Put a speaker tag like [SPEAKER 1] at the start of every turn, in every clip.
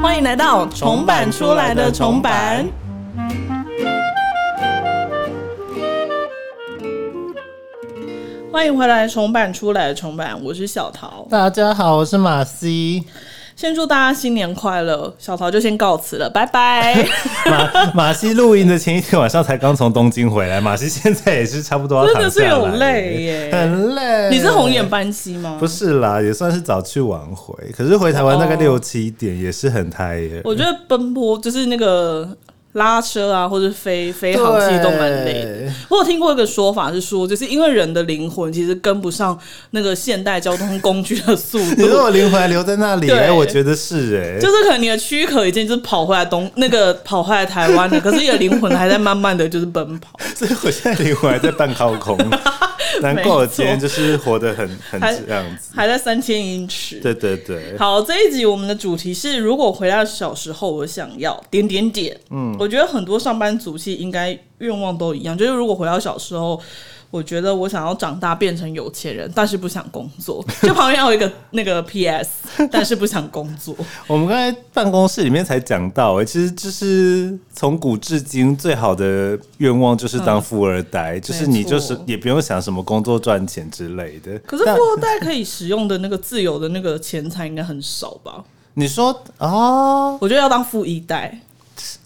[SPEAKER 1] 欢迎来到重版出来的重版。欢迎回来，重版出来的重版，我是小桃。
[SPEAKER 2] 大家好，我是马西。
[SPEAKER 1] 先祝大家新年快乐，小桃就先告辞了，拜 拜。
[SPEAKER 2] 马马西露营的前一天晚上才刚从东京回来，马西现在也是差不多要
[SPEAKER 1] 真的
[SPEAKER 2] 躺
[SPEAKER 1] 是
[SPEAKER 2] 下
[SPEAKER 1] 有
[SPEAKER 2] 来
[SPEAKER 1] 累耶
[SPEAKER 2] 很累。
[SPEAKER 1] 你是红眼班机吗？
[SPEAKER 2] 不，是啦，也算是早去晚回，可是回台湾大概
[SPEAKER 1] 哦
[SPEAKER 2] 六七点也是很嗨耶。
[SPEAKER 1] 我觉得奔波就是那个拉车啊，或者飞飞航机都蛮累的。
[SPEAKER 2] 对
[SPEAKER 1] 我有听过一个说法是说，就是因为人的灵魂其实跟不上那个现代交通工具的速
[SPEAKER 2] 你说
[SPEAKER 1] 度。
[SPEAKER 2] 我灵魂还留在那 里，
[SPEAKER 1] 对
[SPEAKER 2] 哎，我觉得是 哎，
[SPEAKER 1] 就是可能你的躯壳已经就是跑回来东那个跑回来台湾了，可是你的灵魂还在慢慢的就是奔跑，
[SPEAKER 2] 所以我现在灵魂还在半靠 空，难怪我今天就是活得很很
[SPEAKER 1] 还
[SPEAKER 2] 这样子。
[SPEAKER 1] 还在三千英尺。
[SPEAKER 2] 对对对，
[SPEAKER 1] 好，这一集我们的主题是：如果回到小时候，我想要点点点。嗯，我觉得很多上班族其实应该愿望都一样，就是如果回到小时候，我觉得我想要长大变成有钱人，但是不想工 作。就旁边还有一个那个 PS，但是不想工作。
[SPEAKER 2] 我们刚才办公室里面才讲到、欸，其实就是从古至今最好的愿望就是当富二代，
[SPEAKER 1] 嗯
[SPEAKER 2] 就是你就是也不用想什么工作赚钱之类的。
[SPEAKER 1] 可是富
[SPEAKER 2] 但
[SPEAKER 1] 二代可以使用的那个自由的那个钱财应该很少吧？
[SPEAKER 2] 你说哦，
[SPEAKER 1] 我觉得要当富一代，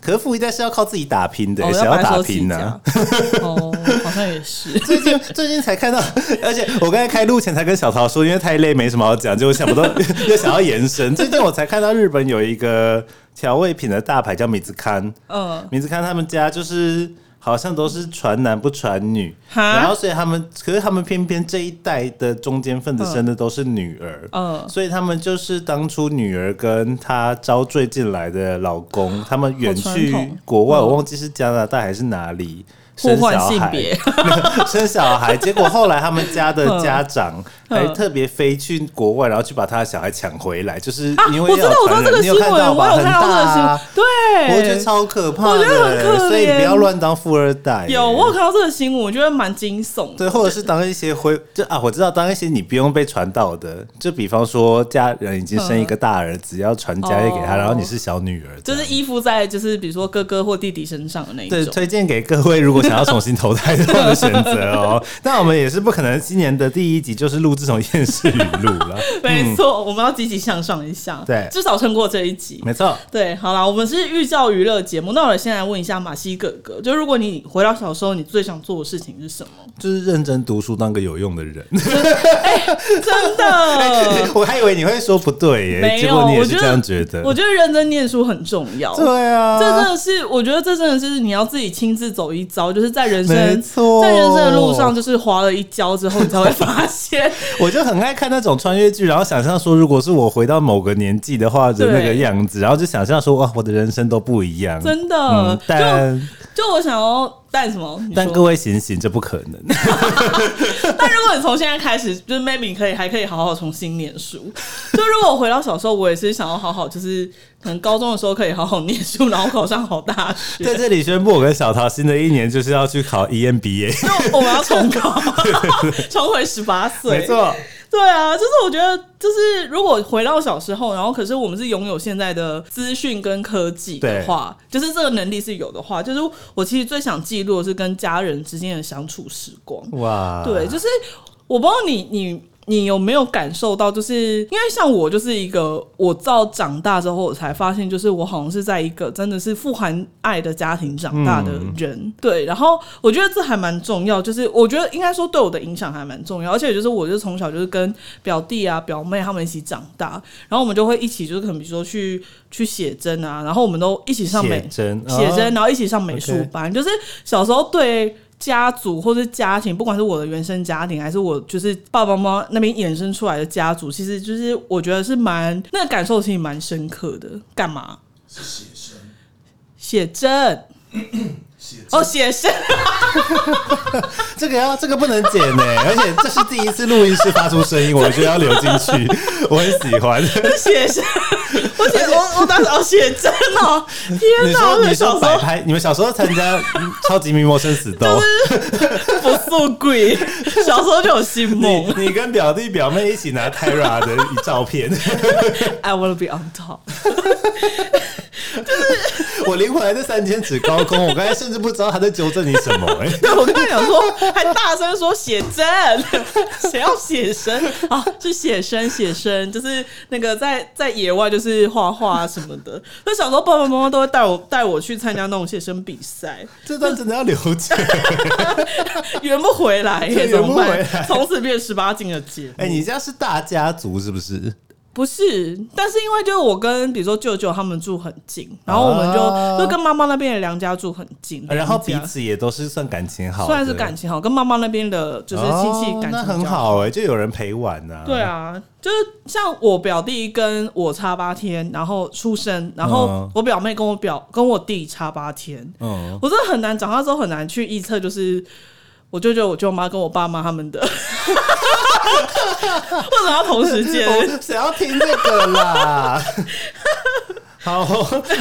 [SPEAKER 2] 可是富一代是要靠自己打拼的、
[SPEAKER 1] 哦，
[SPEAKER 2] 欸，谁、
[SPEAKER 1] 要白
[SPEAKER 2] 打
[SPEAKER 1] 手起
[SPEAKER 2] 拼呢、
[SPEAKER 1] 家。 哦，好像也是。
[SPEAKER 2] 最近最近才看到，而且我刚才开录前才跟小桃说，因为太累没什么好讲，结果想不到 又想要延伸。最近我才看到日本有一个调味品的大牌叫米子康，
[SPEAKER 1] 嗯，
[SPEAKER 2] 名字看他们家就是好像都是传男不传女，
[SPEAKER 1] 哈
[SPEAKER 2] 然后所以他们，可是他们偏偏这一代的中间分子生的都是女儿，
[SPEAKER 1] 嗯
[SPEAKER 2] 所以他们就是当初女儿跟她招赘进来的老公，他们远
[SPEAKER 1] 啊好传
[SPEAKER 2] 去
[SPEAKER 1] 统嗯
[SPEAKER 2] 国外，我忘记是加拿大还是哪里。
[SPEAKER 1] 互
[SPEAKER 2] 生
[SPEAKER 1] 换
[SPEAKER 2] 小
[SPEAKER 1] 性
[SPEAKER 2] 孩，
[SPEAKER 1] 别
[SPEAKER 2] 生小孩，结果后来他们家的
[SPEAKER 1] 嗯
[SPEAKER 2] 家长还
[SPEAKER 1] 嗯
[SPEAKER 2] 特别飞去国外，然后去把他的小孩抢回来，就是
[SPEAKER 1] 啊！
[SPEAKER 2] 因
[SPEAKER 1] 我
[SPEAKER 2] 为
[SPEAKER 1] 知道
[SPEAKER 2] 要，
[SPEAKER 1] 我知道
[SPEAKER 2] 传
[SPEAKER 1] 这
[SPEAKER 2] 人，
[SPEAKER 1] 个
[SPEAKER 2] 你
[SPEAKER 1] 新
[SPEAKER 2] 有
[SPEAKER 1] 闻，
[SPEAKER 2] 看到
[SPEAKER 1] 我
[SPEAKER 2] 吧？
[SPEAKER 1] 有
[SPEAKER 2] 很
[SPEAKER 1] 看到这个
[SPEAKER 2] 大
[SPEAKER 1] 新闻
[SPEAKER 2] 啊，
[SPEAKER 1] 对，
[SPEAKER 2] 我觉得超可怕
[SPEAKER 1] 哎我觉得很
[SPEAKER 2] 的，
[SPEAKER 1] 可
[SPEAKER 2] 所以不要
[SPEAKER 1] 怜
[SPEAKER 2] 乱当富二代。
[SPEAKER 1] 有，我有看到这个新闻，我觉得蛮惊悚的。
[SPEAKER 2] 对，或者是当一些灰，就啊，我知道当一些你不用被传到的，就比方说家人已经生一个大儿子，要传家业给他，
[SPEAKER 1] 哦
[SPEAKER 2] 然后你是小女儿，
[SPEAKER 1] 就是
[SPEAKER 2] 这样
[SPEAKER 1] 依附在就是比如说哥哥或弟弟身上的那一
[SPEAKER 2] 对，
[SPEAKER 1] 种。
[SPEAKER 2] 推荐给各位如果想要重新投胎的话的选择 哦。但我们也是不可能今年的第一集就是录这种 厌世语录了，
[SPEAKER 1] 没错，我们要积极向上一下，
[SPEAKER 2] 嗯对
[SPEAKER 1] 至少撑过这一集。
[SPEAKER 2] 没错。
[SPEAKER 1] 对，好啦，我们是寓教于乐节目。那我先来问一下马西哥哥，就如果你回到小时候，你最想做的事情是什么？
[SPEAKER 2] 就是认真读书，当个有用的人。
[SPEAKER 1] 真的
[SPEAKER 2] 我还以为你会说不对耶，
[SPEAKER 1] 没
[SPEAKER 2] 结
[SPEAKER 1] 有，
[SPEAKER 2] 果你也
[SPEAKER 1] 我
[SPEAKER 2] 是
[SPEAKER 1] 觉
[SPEAKER 2] 这样觉得。
[SPEAKER 1] 我觉得认真念书很重要。
[SPEAKER 2] 对啊，
[SPEAKER 1] 这真的是，我觉得这真的是你要自己亲自走一遭，就是在人生
[SPEAKER 2] 没错
[SPEAKER 1] 在人生的路上，就是滑了一跤之后，你才会发 现，
[SPEAKER 2] 我就很爱看那种穿越剧，然后想象说，如果是我回到某个年纪的话的那个
[SPEAKER 1] 对
[SPEAKER 2] 样子，然后就想象说，哇，哦我的人生都不一样。
[SPEAKER 1] 真的。
[SPEAKER 2] 嗯，但
[SPEAKER 1] 就就我想要但什么？你
[SPEAKER 2] 但
[SPEAKER 1] 说
[SPEAKER 2] 各位醒醒，这不可能。
[SPEAKER 1] 但如果你从现在开始，就是 maybe 你可以还可以好好重新念书。就如果我回到小时候，我也是想要好好，就是可能高中的时候可以好好念书，然后考上好大学。
[SPEAKER 2] 在这里宣布，我跟小桃新的一年就是要去考 E EMBA，
[SPEAKER 1] 就我们要重 考，重回十八岁。
[SPEAKER 2] 没错，
[SPEAKER 1] 对啊，就是我觉得，就是如果回到小时候，然后可是我们是拥有现在的资讯跟科技的话，就是这个能力是有的话，就是我其实最想记录的是跟家人之间的相处时光。
[SPEAKER 2] 哇，
[SPEAKER 1] 对，就是我不知道你你。你有没有感受到？就是因为像我，就是一个我到长大之后，我才发现，就是我好像是在一个真的是富含爱的家庭长大的
[SPEAKER 2] 嗯
[SPEAKER 1] 人。对，然后我觉得这还蛮重要，就是我觉得应该说对我的影响还蛮重要，而且就是我就从小就是跟表弟啊、表妹他们一起长大，然后我们就会一起就是可能比如说去去写真啊，然后我们都一起上美
[SPEAKER 2] 写真，
[SPEAKER 1] 写真，
[SPEAKER 2] 哦
[SPEAKER 1] 然后一起上美术班。就是小时候对家族或是家庭，不管是我的原生家庭，还是我就是爸爸妈妈那边衍生出来的家族，其实就是我觉得是蛮那个感受，其实蛮深刻的。干嘛？是写真。写真， 哦，写生，
[SPEAKER 2] 这个要这个不能剪呢、而且这是第一次录音室发出声音，我觉得要留进 去，我很喜欢。
[SPEAKER 1] 写生，我写我我当时要写真哦，天
[SPEAKER 2] 你
[SPEAKER 1] 哪！我
[SPEAKER 2] 说
[SPEAKER 1] 们
[SPEAKER 2] 你
[SPEAKER 1] 小
[SPEAKER 2] 说
[SPEAKER 1] 时
[SPEAKER 2] 摆
[SPEAKER 1] 候
[SPEAKER 2] 拍，你们小时候参加嗯超级名模生死 斗，
[SPEAKER 1] 不素 鬼，小时候就有心梦。
[SPEAKER 2] 你你跟表弟表妹一起拿 Tara 的照片，
[SPEAKER 1] I wanna be on top。
[SPEAKER 2] 我灵魂还在三千尺高空，我刚才甚至不知道他在纠正你 什么、哎，
[SPEAKER 1] 对，我刚才想说，还大声说写真， 谁要写生啊？是写生，写生，就是那个在在野外就是画画啊什么的。那小时候爸爸妈妈都会带我带我去参加那种写生比赛，
[SPEAKER 2] 这段真的要留 着。
[SPEAKER 1] 圆不回来耶，
[SPEAKER 2] 对
[SPEAKER 1] 怎
[SPEAKER 2] 圆不
[SPEAKER 1] 么
[SPEAKER 2] 回来
[SPEAKER 1] 办？从此变十八禁的节目。
[SPEAKER 2] 哎、你家是大家族是不是？
[SPEAKER 1] 不是，但是因为就是我跟比如说舅舅他们住很近，然后我们就、
[SPEAKER 2] 啊
[SPEAKER 1] 就跟妈妈那边的梁家住很近，
[SPEAKER 2] 然后彼
[SPEAKER 1] 梁家
[SPEAKER 2] 此也都是算感情好的，
[SPEAKER 1] 算是感情好，跟妈妈那边的就是亲戚感情、
[SPEAKER 2] 哦、那很。好哎、就有人陪玩呐、
[SPEAKER 1] 对，啊，就是像我表弟跟我差八天，然后出生，然后
[SPEAKER 2] 嗯
[SPEAKER 1] 我表妹跟我表跟我弟差八天，
[SPEAKER 2] 嗯，
[SPEAKER 1] 我真的很难长大之后很难去预测，就是我舅舅、我舅妈跟我爸妈他 们的， 为什么要同时间？
[SPEAKER 2] 我谁要听这个 啦？好，我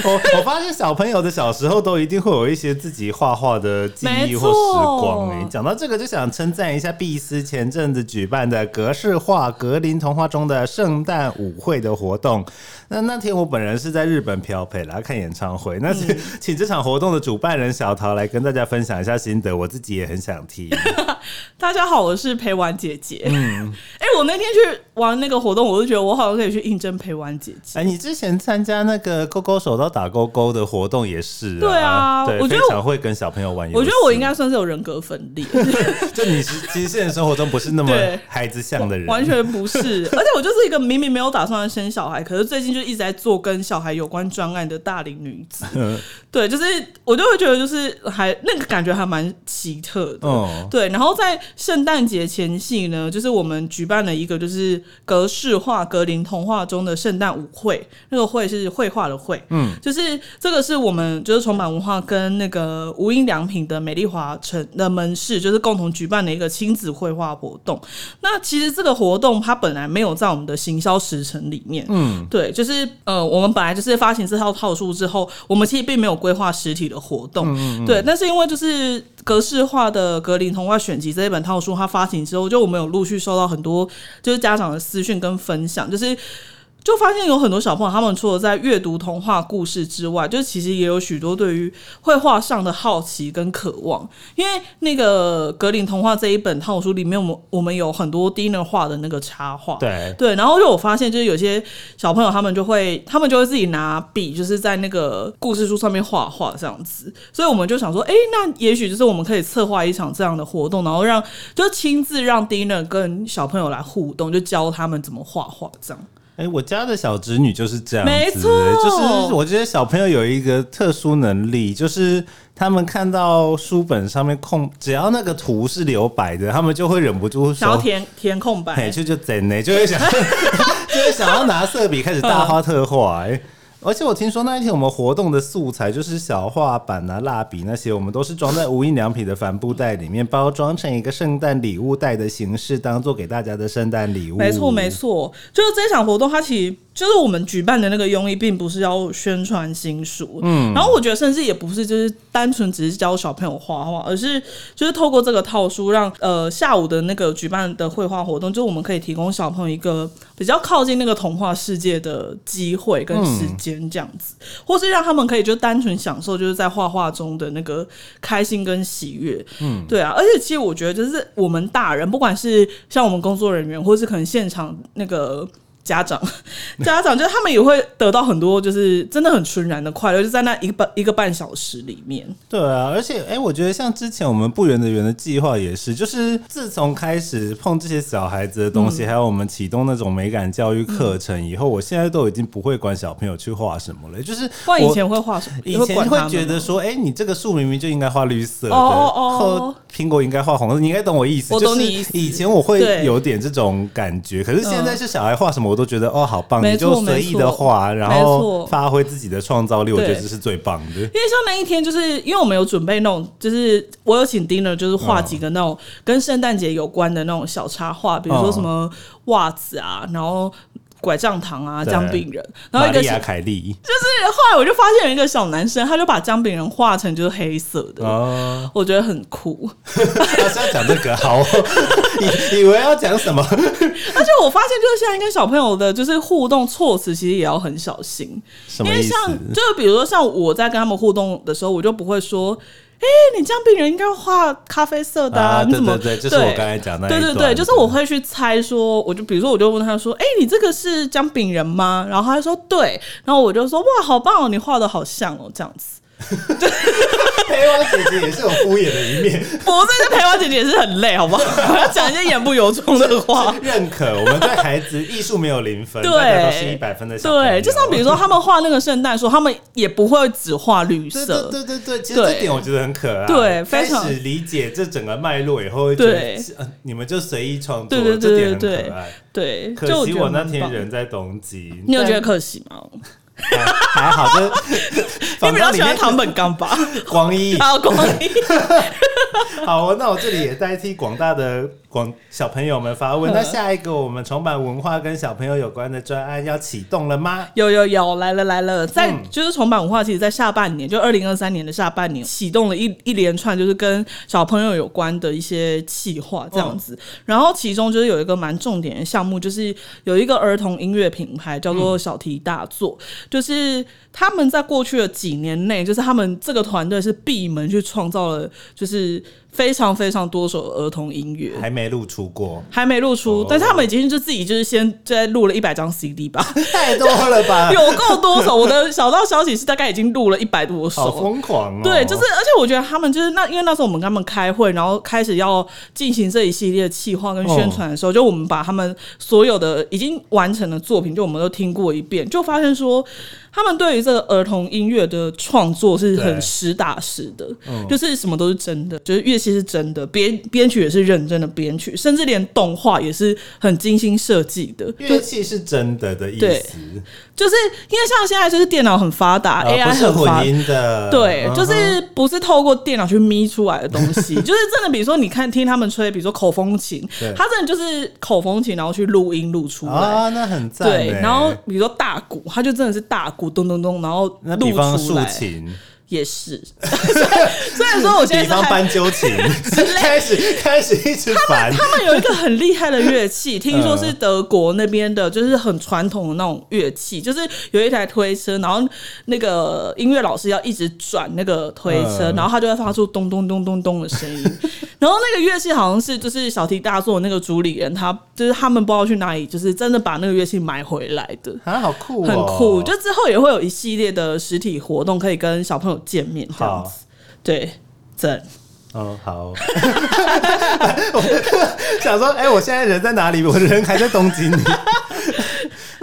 [SPEAKER 2] 我我发现小朋友的小时候都一定会有一些自己画画的记忆
[SPEAKER 1] 没
[SPEAKER 2] 或
[SPEAKER 1] 错
[SPEAKER 2] 时光哎、讲到这个，就想称赞一下碧斯前阵子举办的格式化格林童话中的圣诞舞会的活动。那那天我本人是在日本漂培啦看演唱会，那
[SPEAKER 1] 嗯
[SPEAKER 2] 请、请这场活动的主办人小桃来跟大家分享一下心得，我自己也很想听。
[SPEAKER 1] 大家好，我是陪玩姐姐。嗯， 哎、我那天去玩那个活动，我就觉得我好像可以去应征陪玩姐姐。
[SPEAKER 2] 哎，你之前参加那个勾勾手刀打勾勾的活动也是、啊，
[SPEAKER 1] 对啊
[SPEAKER 2] 对，
[SPEAKER 1] 我觉得
[SPEAKER 2] 非
[SPEAKER 1] 我
[SPEAKER 2] 常会跟小朋友玩游戏。
[SPEAKER 1] 我觉得我应该算是有人格分裂，
[SPEAKER 2] 就你是其实现实生活中不是那么
[SPEAKER 1] 对
[SPEAKER 2] 孩子像的人，
[SPEAKER 1] 完全不是。而且我就是一个明明没有打算生小孩，可是最近就一直在做跟小孩有关专案的大龄女子。对，就是我就会觉得就是还那个感觉还蛮奇特的。
[SPEAKER 2] 哦
[SPEAKER 1] 对，然后在圣诞节前夕呢，就是我们举办了一个就是格式化格林童话中的圣诞舞会，那个会是绘画的绘，嗯，就是这个是我们就是重版文化跟那个无印良品的美丽华城的门市就是共同举办的一个亲子绘画活动。那其实这个活动它本来没有在我们的行销时程里面，嗯，对，就是呃，我们本来就是发行这套套数之后，我们其实并没有规划实体的活动，对，但是因为就是格式化的《格林童话选集》这一本套书，它发行之后，就我们有陆续收到很多就是家长的私讯跟分享，就是。就发现有很多小朋友，他们除了在阅读童话故事之外，就其实也有许多对于绘画上的好奇跟渴望。因为那个《格林童话》这一本套书里面，我们我们有很多 d i n 画的那个插画，
[SPEAKER 2] 对。
[SPEAKER 1] 对，然后就我发现，就是有些小朋友他们就会，他们就会自己拿笔，就是在那个故事书上面画画这样子。所以我们就想说，哎，那也许就是我们可以策划一场这样的活动，然后让就亲自让 Dina 跟小朋友来互动，就教他们怎么画画这样。
[SPEAKER 2] 哎、我家的小侄女就是这样子、
[SPEAKER 1] 没错
[SPEAKER 2] 就是我觉得小朋友有一个特殊能力，就是他们看到书本上面空，只要那个图是留白的，他们就会忍不住
[SPEAKER 1] 想要
[SPEAKER 2] 说。
[SPEAKER 1] 填填空
[SPEAKER 2] 哎，
[SPEAKER 1] 白，
[SPEAKER 2] 就就整呢，就会想， 就会想要拿色笔开始
[SPEAKER 1] 嗯
[SPEAKER 2] 大画特画、哎，而且我听说那一天我们活动的素材就是小画板啊、蜡笔那些，我们都是装在无印良品的帆布袋里面，包装成一个圣诞礼物袋的形式，当做给大家的圣诞礼物。
[SPEAKER 1] 没错没。错，就是这场活动，它其实就是我们举办的那个用意，并不是要宣传新书，嗯，然后我觉得甚至也不是就是单纯只是教小朋友画画，而是就是透过这个套书让，呃下午的那个举办的绘画活动，就是我们可以提供小朋友一个比较靠近那个童话世界的机会跟时间这样子，或是让他们可以就单纯享受就是在画画中的那个开心跟喜悦，嗯，对啊，而且其实我觉得就是我们大人，不管是像我们工作人员，或是可能现场那个。家长， 家长就是他们也会得到很多，就是真的很纯然的快乐，就在那一个半一个半小时里面。
[SPEAKER 2] 对啊，而且哎、我觉得像之前我们不圆的圆的计划也是，就是自从开始碰这些小孩子的东
[SPEAKER 1] 嗯
[SPEAKER 2] 西，还有我们启动那种美感教育课程以后，我现在都已经不会管小朋友去画什么了，就是
[SPEAKER 1] 不然以
[SPEAKER 2] 我
[SPEAKER 1] 前会画什么？
[SPEAKER 2] 以
[SPEAKER 1] 会
[SPEAKER 2] 前
[SPEAKER 1] 管他
[SPEAKER 2] 会
[SPEAKER 1] 们
[SPEAKER 2] 觉得
[SPEAKER 1] 吗，
[SPEAKER 2] 说，哎、你这个树明明就应该画绿色的，
[SPEAKER 1] 哦哦哦
[SPEAKER 2] 或苹果应该画红色，你应该懂我意思。
[SPEAKER 1] 我懂你
[SPEAKER 2] 就
[SPEAKER 1] 意
[SPEAKER 2] 是
[SPEAKER 1] 思
[SPEAKER 2] 以前我会
[SPEAKER 1] 对嗯
[SPEAKER 2] 有点这种感觉，可是现在是小孩画什么，我都觉得哦，好棒！
[SPEAKER 1] 没
[SPEAKER 2] 你就
[SPEAKER 1] 错
[SPEAKER 2] 随意的画，
[SPEAKER 1] 没错
[SPEAKER 2] 然
[SPEAKER 1] 没
[SPEAKER 2] 后
[SPEAKER 1] 错
[SPEAKER 2] 发挥自己的创造力，我觉得
[SPEAKER 1] 对
[SPEAKER 2] 这是最棒的。
[SPEAKER 1] 因为像那一天，就是因为我们有准备那种，就是我有请 Dinner，就是
[SPEAKER 2] 嗯
[SPEAKER 1] 画几个那种跟圣诞节有关的那种小插画，比如说
[SPEAKER 2] 嗯
[SPEAKER 1] 什么袜子啊，然后拐杖糖啊，
[SPEAKER 2] 对
[SPEAKER 1] 姜饼人，然后
[SPEAKER 2] 玛
[SPEAKER 1] 一个
[SPEAKER 2] 丽
[SPEAKER 1] 是
[SPEAKER 2] 亚·凯莉
[SPEAKER 1] 就是后来我就发现有一个小男生，他就把姜饼人画成就是黑色的，
[SPEAKER 2] 哦，
[SPEAKER 1] 我觉得很酷。
[SPEAKER 2] 他是要讲这个好，以以为要讲什么？
[SPEAKER 1] 而且我发现，就是现在跟小朋友的，就是互动措辞，其实也要很小心。
[SPEAKER 2] 什
[SPEAKER 1] 因
[SPEAKER 2] 么
[SPEAKER 1] 为
[SPEAKER 2] 意思
[SPEAKER 1] 像？就是比如说像我在跟他们互动的时候，我就不会说，哎、你这样病人应该要画咖啡色的
[SPEAKER 2] 啊，
[SPEAKER 1] 你
[SPEAKER 2] 对
[SPEAKER 1] 怎么
[SPEAKER 2] 对对，就是我刚才讲那一
[SPEAKER 1] 对对对，
[SPEAKER 2] 段
[SPEAKER 1] 就是我会去猜说，我就比如说我就问他说，哎、你这个是姜饼人吗？然后他就说对，然后我就说哇，好棒哦，你画的好像哦，这样子。
[SPEAKER 2] 陪王姐姐也是有敷衍的一面，
[SPEAKER 1] 不是，这陪我姐姐也是很累，好 不好？我要讲一些言不由衷的 话。
[SPEAKER 2] 认可我们对孩子艺术没有零分，
[SPEAKER 1] 对
[SPEAKER 2] 大家都是一百分的小朋友
[SPEAKER 1] 对，就像比如说他们画那个圣诞树，他们也不会只画绿
[SPEAKER 2] 对
[SPEAKER 1] 色
[SPEAKER 2] 对，对对对，其实
[SPEAKER 1] 对
[SPEAKER 2] 这点我觉得很可爱。
[SPEAKER 1] 对
[SPEAKER 2] 开
[SPEAKER 1] 非常
[SPEAKER 2] 始理解这整个脉络以后，会觉得
[SPEAKER 1] 对
[SPEAKER 2] 是呃你们就随意创作，
[SPEAKER 1] 对对对
[SPEAKER 2] 这点
[SPEAKER 1] 对
[SPEAKER 2] 很
[SPEAKER 1] 对
[SPEAKER 2] 可爱。
[SPEAKER 1] 对，就
[SPEAKER 2] 可惜
[SPEAKER 1] 觉得
[SPEAKER 2] 我那
[SPEAKER 1] 蛮
[SPEAKER 2] 天
[SPEAKER 1] 棒
[SPEAKER 2] 人在东京，
[SPEAKER 1] 你有觉得可惜吗？
[SPEAKER 2] 但还还好，就是
[SPEAKER 1] 你
[SPEAKER 2] 反
[SPEAKER 1] 比
[SPEAKER 2] 正
[SPEAKER 1] 较
[SPEAKER 2] 里
[SPEAKER 1] 喜
[SPEAKER 2] 面
[SPEAKER 1] 欢唐本刚 吧？
[SPEAKER 2] 光一
[SPEAKER 1] 还有光一，
[SPEAKER 2] 好哦，那我这里也代替广大的广小朋友们发 问。
[SPEAKER 1] 嗯
[SPEAKER 2] 那下一个我们重版文化跟小朋友有关的专案要启动了吗？
[SPEAKER 1] 有有有，来了来了，在、
[SPEAKER 2] 嗯
[SPEAKER 1] 就是重版文化，其实，在下半年，就二零二三年的下半年，启动了一一连串就是跟小朋友有关的一些企划这样
[SPEAKER 2] 哦
[SPEAKER 1] 子。然后其中就是有一个蛮重点的项目，就是有一个儿童音乐品牌叫
[SPEAKER 2] 嗯
[SPEAKER 1] 做小题大做，就是他们在过去的几年内，就是他们这个团队是闭门去创造了，就是非常非常多首儿童音乐。
[SPEAKER 2] 还没露出过，
[SPEAKER 1] 还没露出，
[SPEAKER 2] 哦
[SPEAKER 1] 但是他们已经就自己就是先在录了一百张 CD 吧，
[SPEAKER 2] 太多了 吧？
[SPEAKER 1] 有够多首。我的小道消息是大概已经录了一百多
[SPEAKER 2] 好
[SPEAKER 1] 首。
[SPEAKER 2] 疯狂哦！
[SPEAKER 1] 对，就是，而且我觉得他们就是那，因为那时候我们跟他们开会，然后开始要进行这一系列的企划跟宣传的时候，就我们把他们所有的已经完成的作品，就我们都听过一遍，就发现说，他们对于这个儿童音乐的创作是
[SPEAKER 2] 对
[SPEAKER 1] 很实打实的，
[SPEAKER 2] 嗯
[SPEAKER 1] 就是什么都是真的，就是乐器是真的，编编曲也是认真的编曲，甚至连动画也是很精心设计的，
[SPEAKER 2] 乐器是真的的意
[SPEAKER 1] 对
[SPEAKER 2] 思，
[SPEAKER 1] 就是因为像现在就是电脑很发达、
[SPEAKER 2] 呃
[SPEAKER 1] a
[SPEAKER 2] 不
[SPEAKER 1] i
[SPEAKER 2] 是
[SPEAKER 1] 很发
[SPEAKER 2] 混音的，
[SPEAKER 1] 对，
[SPEAKER 2] 嗯
[SPEAKER 1] 就是不是透过电脑去咪出来的东西，就是真的，比如说你看听他们吹，比如说口风琴
[SPEAKER 2] 对，
[SPEAKER 1] 他真的就是口风琴，然后去录音录出来。
[SPEAKER 2] 啊，那很赞欸。
[SPEAKER 1] 对，然后比如说大鼓，他就真的是大鼓咚咚咚，然后
[SPEAKER 2] 那
[SPEAKER 1] 录
[SPEAKER 2] 比方
[SPEAKER 1] 出
[SPEAKER 2] 竖
[SPEAKER 1] 来
[SPEAKER 2] 琴，
[SPEAKER 1] 也是。 虽然说我现在
[SPEAKER 2] 比
[SPEAKER 1] 是
[SPEAKER 2] 方
[SPEAKER 1] 还
[SPEAKER 2] 斑鸠 琴， 开始开始一直烦，
[SPEAKER 1] 他们有一个很厉害的乐
[SPEAKER 2] 嗯
[SPEAKER 1] 器，听说是德国那边的，就是很传统的那种乐器，就是有一台推车，然后那个音乐老师要一直转那个推车，
[SPEAKER 2] 嗯
[SPEAKER 1] 然后它就会发出咚咚咚咚咚的声 音。然后那个乐器好像是就是小提大作那个主理人，他就是他们不知道去哪里，就是真的把那个乐器买回来的。
[SPEAKER 2] 啊，好酷哦，
[SPEAKER 1] 很酷，就之后也会有一系列的实体活动可以跟小朋友见面，这样
[SPEAKER 2] 好
[SPEAKER 1] 子。。对，真
[SPEAKER 2] 嗯，好。想说，哎、我现在人在哪里？我人还在东京呢。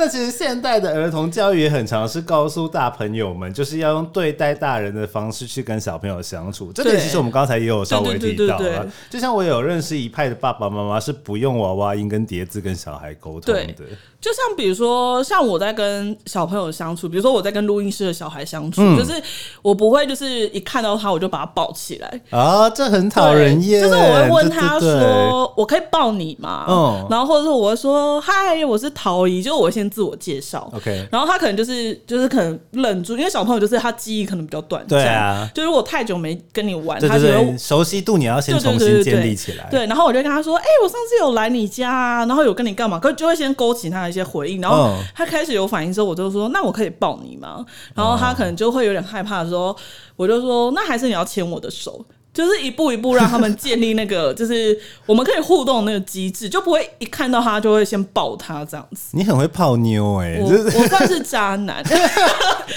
[SPEAKER 2] 那其实现代的儿童教育也很常是告诉大朋友们，就是要用对待大人的方式去跟小朋友相处。这点
[SPEAKER 1] 对
[SPEAKER 2] 其实我们刚才也有稍微提
[SPEAKER 1] 对对对
[SPEAKER 2] 到
[SPEAKER 1] 对
[SPEAKER 2] 了
[SPEAKER 1] 对。
[SPEAKER 2] 就像我有认识一派的爸爸妈妈是不用娃娃音跟叠字跟小孩沟通的
[SPEAKER 1] 对，就像比如说，像我在跟小朋友相处，比如说我在跟录音室的小孩相
[SPEAKER 2] 嗯
[SPEAKER 1] 处，就是我不会就是一看到他我就把他抱起来。
[SPEAKER 2] 啊，这很讨人厌。
[SPEAKER 1] 就是我会问他
[SPEAKER 2] 对对对
[SPEAKER 1] 说：“我可以抱你吗？”
[SPEAKER 2] 嗯
[SPEAKER 1] 然后或者是我会说：“嗨，我是陶怡。”就我先自我介绍。
[SPEAKER 2] OK
[SPEAKER 1] 然后他可能就是就是可能愣住，因为小朋友就是他记忆可能比较短暂。
[SPEAKER 2] 对啊，
[SPEAKER 1] 就如果太久没跟你玩，
[SPEAKER 2] 对
[SPEAKER 1] 他
[SPEAKER 2] 对
[SPEAKER 1] 觉得
[SPEAKER 2] 对，熟悉度你要先
[SPEAKER 1] 对对
[SPEAKER 2] 重
[SPEAKER 1] 对
[SPEAKER 2] 新
[SPEAKER 1] 对
[SPEAKER 2] 建立
[SPEAKER 1] 对
[SPEAKER 2] 起来。
[SPEAKER 1] 对，然后我就跟他说：“哎、我上次有来你家、啊，然后有跟你干嘛？”可就会先勾起他的一些回应，然后
[SPEAKER 2] 嗯
[SPEAKER 1] 他开始有反应之后，我就说：“那我可以抱你吗？”然
[SPEAKER 2] 哦
[SPEAKER 1] 后他可能就会有点害怕的时候，我就说：“那还是你要牵我的手。”就是一步一步让他们建立那个，就是我们可以互动的那个机制，就不会一看到他就会先抱他这样 子。
[SPEAKER 2] 你很会泡妞哎、
[SPEAKER 1] 我
[SPEAKER 2] 就是
[SPEAKER 1] 我 算是渣男，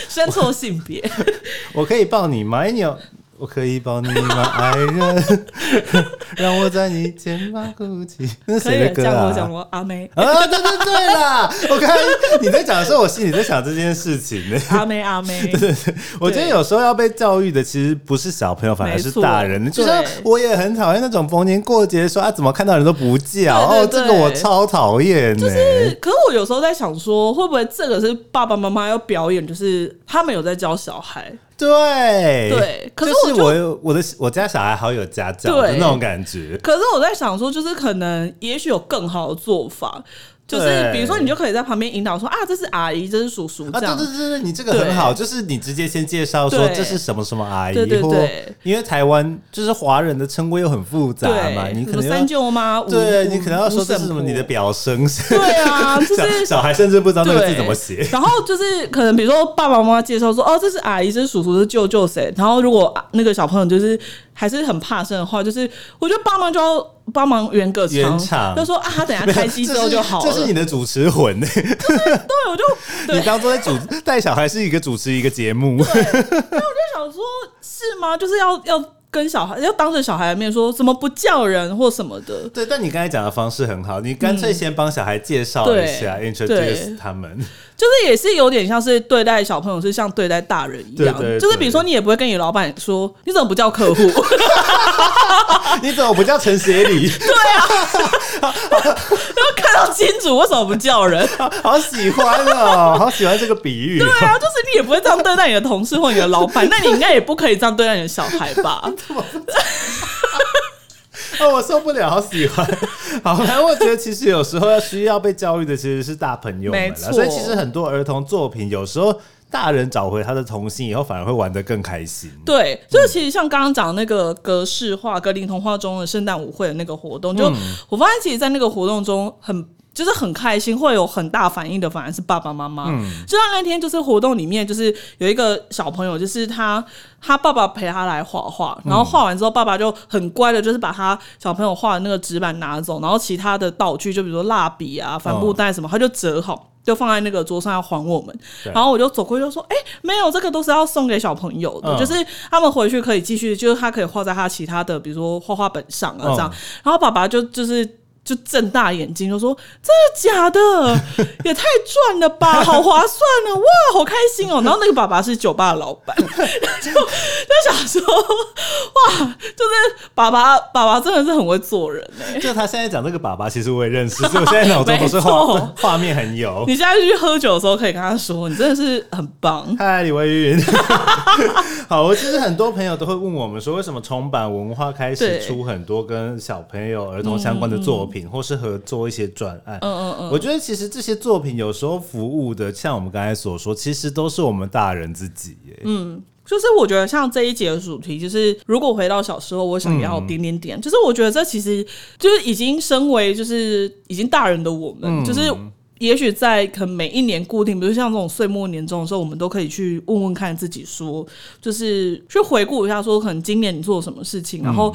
[SPEAKER 1] 生错性别。
[SPEAKER 2] 我可以抱你吗？哎，你有我可以抱你吗，爱人？ 让我在你肩膀哭泣。那是
[SPEAKER 1] 可
[SPEAKER 2] 谁
[SPEAKER 1] 以
[SPEAKER 2] 的歌
[SPEAKER 1] 这样
[SPEAKER 2] 啊？
[SPEAKER 1] 我讲过阿妹，
[SPEAKER 2] 啊，对对对啦！我看你在讲的时候，我心里在想这件事情呢、
[SPEAKER 1] 阿妹阿 妹，
[SPEAKER 2] 我觉得有时候要被教育的，其实不是小朋友，反而是大人。
[SPEAKER 1] 没
[SPEAKER 2] 就
[SPEAKER 1] 错
[SPEAKER 2] 像
[SPEAKER 1] 对
[SPEAKER 2] 我也很讨厌那种逢年过节说啊，怎么看到人都不叫
[SPEAKER 1] 对对
[SPEAKER 2] 哦，这个
[SPEAKER 1] 对
[SPEAKER 2] 我超讨厌呢。
[SPEAKER 1] 可是我有时候在想说，会不会这个是爸爸妈妈要表演，就是他们有在教小孩，
[SPEAKER 2] 对
[SPEAKER 1] 对可是
[SPEAKER 2] 就是
[SPEAKER 1] 我就
[SPEAKER 2] 我有我的我家小孩好有家教的
[SPEAKER 1] 对
[SPEAKER 2] 那种感觉。
[SPEAKER 1] 可是我在想说，就是可能也许有更好的做法，就是
[SPEAKER 2] 对
[SPEAKER 1] 比如说你就可以在旁边引导说啊，这是阿姨，这是叔叔
[SPEAKER 2] 啊，
[SPEAKER 1] 这
[SPEAKER 2] 对
[SPEAKER 1] 样。
[SPEAKER 2] 对对对，你这个很好，就是你直接先介绍说
[SPEAKER 1] 对
[SPEAKER 2] 这是什么什么阿姨，
[SPEAKER 1] 对对
[SPEAKER 2] 或
[SPEAKER 1] 对
[SPEAKER 2] 因为台湾就是华人的称谓又很复杂嘛，
[SPEAKER 1] 对，
[SPEAKER 2] 你
[SPEAKER 1] 什
[SPEAKER 2] 可
[SPEAKER 1] 么
[SPEAKER 2] 能要
[SPEAKER 1] 三舅妈，五
[SPEAKER 2] 对
[SPEAKER 1] 五
[SPEAKER 2] 你可能要说
[SPEAKER 1] 五
[SPEAKER 2] 这
[SPEAKER 1] 婶
[SPEAKER 2] 是什么
[SPEAKER 1] 婆
[SPEAKER 2] 你的表生，
[SPEAKER 1] 对啊，就
[SPEAKER 2] 小
[SPEAKER 1] 是
[SPEAKER 2] 小孩甚至不知道那个字
[SPEAKER 1] 对
[SPEAKER 2] 怎么写。
[SPEAKER 1] 然后就是可能比如说爸爸妈妈介绍说哦，这是阿姨，这是叔叔，这是舅舅谁。然后如果啊那个小朋友就是还是很怕生的话，就是我觉得爸妈就要帮忙圆个
[SPEAKER 2] 圆场
[SPEAKER 1] 就说啊，他等下开机之后就好
[SPEAKER 2] 这
[SPEAKER 1] 了。
[SPEAKER 2] 是这是你的主持魂，你
[SPEAKER 1] 对，我就对，
[SPEAKER 2] 当做在主 带小孩是一个主持一个节目，
[SPEAKER 1] 就想说，是吗？就是要要跟小孩，要当着小孩的面说，怎么不叫人或什么的。
[SPEAKER 2] 对。但你刚才讲的方式很好，你干脆先帮小孩介绍一下
[SPEAKER 1] 嗯对
[SPEAKER 2] ，introduce
[SPEAKER 1] 对
[SPEAKER 2] 他们。
[SPEAKER 1] 就是也是有点像是对待小朋友是像对待大人一样，
[SPEAKER 2] 对对对
[SPEAKER 1] 就是比如说你也不会跟你老板说你怎么不叫客户，
[SPEAKER 2] 你怎么不叫陈协礼？
[SPEAKER 1] 然后看到金主为什么不叫人？
[SPEAKER 2] 好喜欢哦，好喜欢这个比喻哦。
[SPEAKER 1] 对啊，就是你也不会这样对待你的同事或你的老板，那你应该也不可以这样对待你的小孩吧？
[SPEAKER 2] 哦，我受不了，好喜欢。好，反正我觉得其实有时候要需要被教育的其实是大朋友们
[SPEAKER 1] 没
[SPEAKER 2] 啦，
[SPEAKER 1] 错
[SPEAKER 2] 所以其实很多儿童作品有时候大人找回他的童心以后，反而会玩得更开心。
[SPEAKER 1] 对，就是其实像刚刚讲那个格式化、格林童话中的圣诞舞会的那个活动，就我发现其实，在那个活动中很。就是很开心，会有很大反应的，反而是爸爸妈妈。就像那天，就是活动里面，就是有一个小朋友，就是他他爸爸陪他来画画，然后画完之后，爸爸就很乖的，就是把他小朋友画的那个纸板拿走，然后其他的道具，就比如说蜡笔啊、帆布袋什么，他就折好。就放在那个桌上要还我们，
[SPEAKER 2] 对
[SPEAKER 1] 然后我就走过去就说：“哎、没有，这个都是要送给小朋友的，
[SPEAKER 2] 嗯
[SPEAKER 1] 就是他们回去可以继续，就是他可以画在他其他的，比如说画画本上啊
[SPEAKER 2] 嗯
[SPEAKER 1] 这样。然后爸爸就就是就睁大眼睛就说：“真的 假的？也太赚了 吧，好划算啊！哇，好开心哦！”然后那个爸爸是酒吧的老板，就 就想说：“哇，就是爸爸爸爸真的是很会做人哎、
[SPEAKER 2] 就他现在讲这个爸爸，其实我也认识，所以我现在脑中都是
[SPEAKER 1] 没
[SPEAKER 2] 画
[SPEAKER 1] 错
[SPEAKER 2] 画面很油。
[SPEAKER 1] 你现在去喝酒的时候可以跟他说，你真的是很棒。
[SPEAKER 2] 嗨，李维云。 好，我其实很多朋友都会问我们说，为什么重版文化开始
[SPEAKER 1] 对
[SPEAKER 2] 出很多跟小朋友、儿童相关的作品，或是合作一些专案？
[SPEAKER 1] 嗯嗯嗯，
[SPEAKER 2] 我觉得其实这些作品有时候服务的，像我们刚才所说，其实都是我们大人自己耶。
[SPEAKER 1] 就是我觉得像这一节的主题，就是如果回到小时候，我想要点点点，就是我觉得这其实就是已经身为就是已经大人的我们，
[SPEAKER 2] 嗯
[SPEAKER 1] 就是。也许在可能每一年固定，比如像这种岁末年终的时候，我们都可以去问问看自己说就是去回顾一下，说可能今年你做了什么事情，然后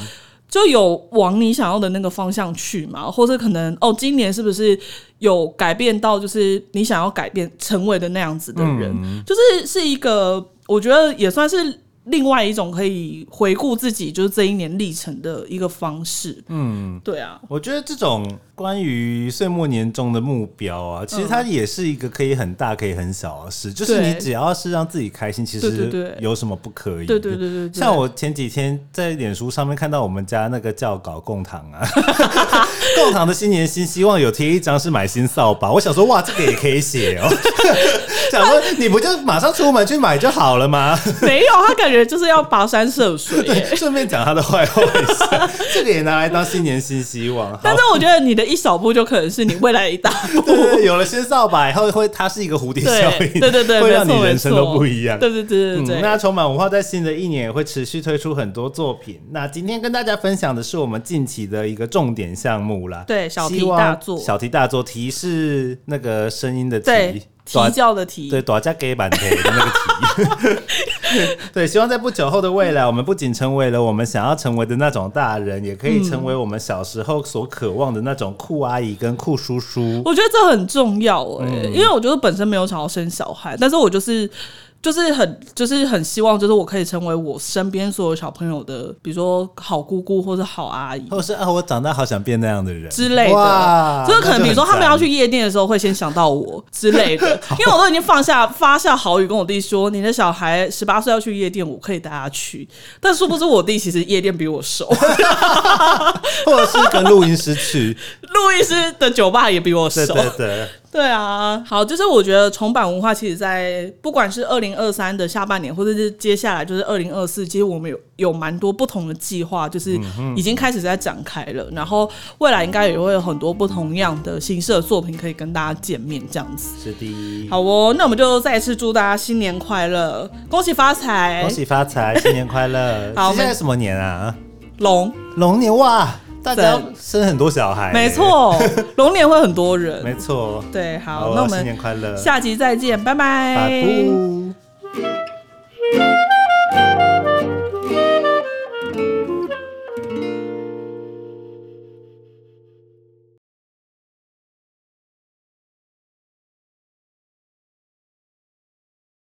[SPEAKER 1] 就有往你想要的那个方向去嘛，或者可能哦，今年是不是有改变到就是你想要改变成为的那样子的人，
[SPEAKER 2] 嗯
[SPEAKER 1] 就是是一个我觉得也算是。另外一种可以回顾自己就是这一年历程的一个方式，嗯，对啊，
[SPEAKER 2] 我觉得这种关于岁末年终的目标啊，
[SPEAKER 1] 嗯
[SPEAKER 2] 其实它也是一个可以很大可以很小的事，就是
[SPEAKER 1] 对
[SPEAKER 2] 你只要是让自己开心，其
[SPEAKER 1] 对
[SPEAKER 2] 实
[SPEAKER 1] 对对
[SPEAKER 2] 有什么不可以？
[SPEAKER 1] 对对对对对
[SPEAKER 2] 像我前几天在脸书上面看到我们家那个教稿共堂啊， 共堂的新年新希望有贴一张是买新扫把，我想说哇，这个也可以写 哦。想说你不就马上出门去买就好了 吗？
[SPEAKER 1] 没有他感觉就是要跋山涉 水耶、
[SPEAKER 2] 顺便讲他的坏话一下，这个也拿来当新年新希望。好
[SPEAKER 1] 但是我觉得你的一小步就可能是你未来一大步，
[SPEAKER 2] 对对，对有了先扫把以后会，它是一个蝴蝶效
[SPEAKER 1] 对
[SPEAKER 2] 应，
[SPEAKER 1] 对对对，
[SPEAKER 2] 会
[SPEAKER 1] 没
[SPEAKER 2] 让你
[SPEAKER 1] 错
[SPEAKER 2] 人生
[SPEAKER 1] 没
[SPEAKER 2] 都
[SPEAKER 1] 错
[SPEAKER 2] 不一样。
[SPEAKER 1] 对对对对对
[SPEAKER 2] 嗯，那充满文化在新的一年也会持续推出很多作品。那今天跟大家分享的是我们近期的一个重点项目啦，
[SPEAKER 1] 对小题
[SPEAKER 2] 希望
[SPEAKER 1] 大作
[SPEAKER 2] 小题大作题是那个声音的
[SPEAKER 1] 对
[SPEAKER 2] 题，
[SPEAKER 1] 提教的提，
[SPEAKER 2] 对，打架给版的那个题。 对，希望在不久后的未来，我们不仅成为了我们想要成为的那种大人，也可以成为我们小时候所渴望的那种酷阿姨跟酷叔叔。
[SPEAKER 1] 欸
[SPEAKER 2] 嗯
[SPEAKER 1] 我觉得这很重要哎、因为我就是本身没有想要生小孩，但是我就是。就是很就是很希望，就是我可以成为我身边所有小朋友的，比如说好姑姑或者好阿 姨
[SPEAKER 2] 或者是啊，我长大好想变那样的人
[SPEAKER 1] 之类的。就是可能比如说他们要去，夜店的时候，会先想到我之类 的，因为我都已经放下发下豪语跟我弟说，你的小孩十八岁要去夜店，我可以带他去。但殊不知我弟其实夜店比我熟，
[SPEAKER 2] 那就很赞或者是跟录音师 去，
[SPEAKER 1] 路易斯的酒吧也比我
[SPEAKER 2] 对
[SPEAKER 1] 熟。
[SPEAKER 2] 对对，
[SPEAKER 1] 对啊，好，就是我觉得重版文化其实在不管是二零二三的下半年，或者是接下来就是二零二四，其实我们有有蛮多不同的计划，就是
[SPEAKER 2] 嗯
[SPEAKER 1] 已经开始在展开了。然后未来应该也会有很多不同样的形式的作品可以跟大家见面，这样子。
[SPEAKER 2] 是的。
[SPEAKER 1] 好哦，那我们就再次祝大家新年快乐，恭喜发财，
[SPEAKER 2] 恭喜发 财，新年快乐！
[SPEAKER 1] 好我们
[SPEAKER 2] 现在什么年啊？
[SPEAKER 1] 龙，
[SPEAKER 2] 龙年哇，大家要生很多小孩，
[SPEAKER 1] 没， 错，龙年会很多人
[SPEAKER 2] 没。错。
[SPEAKER 1] 对，好，
[SPEAKER 2] 好啊
[SPEAKER 1] 那我
[SPEAKER 2] 新年
[SPEAKER 1] 们
[SPEAKER 2] 快乐，
[SPEAKER 1] 下集再见，拜
[SPEAKER 2] 拜
[SPEAKER 1] 拜。
[SPEAKER 2] 拜。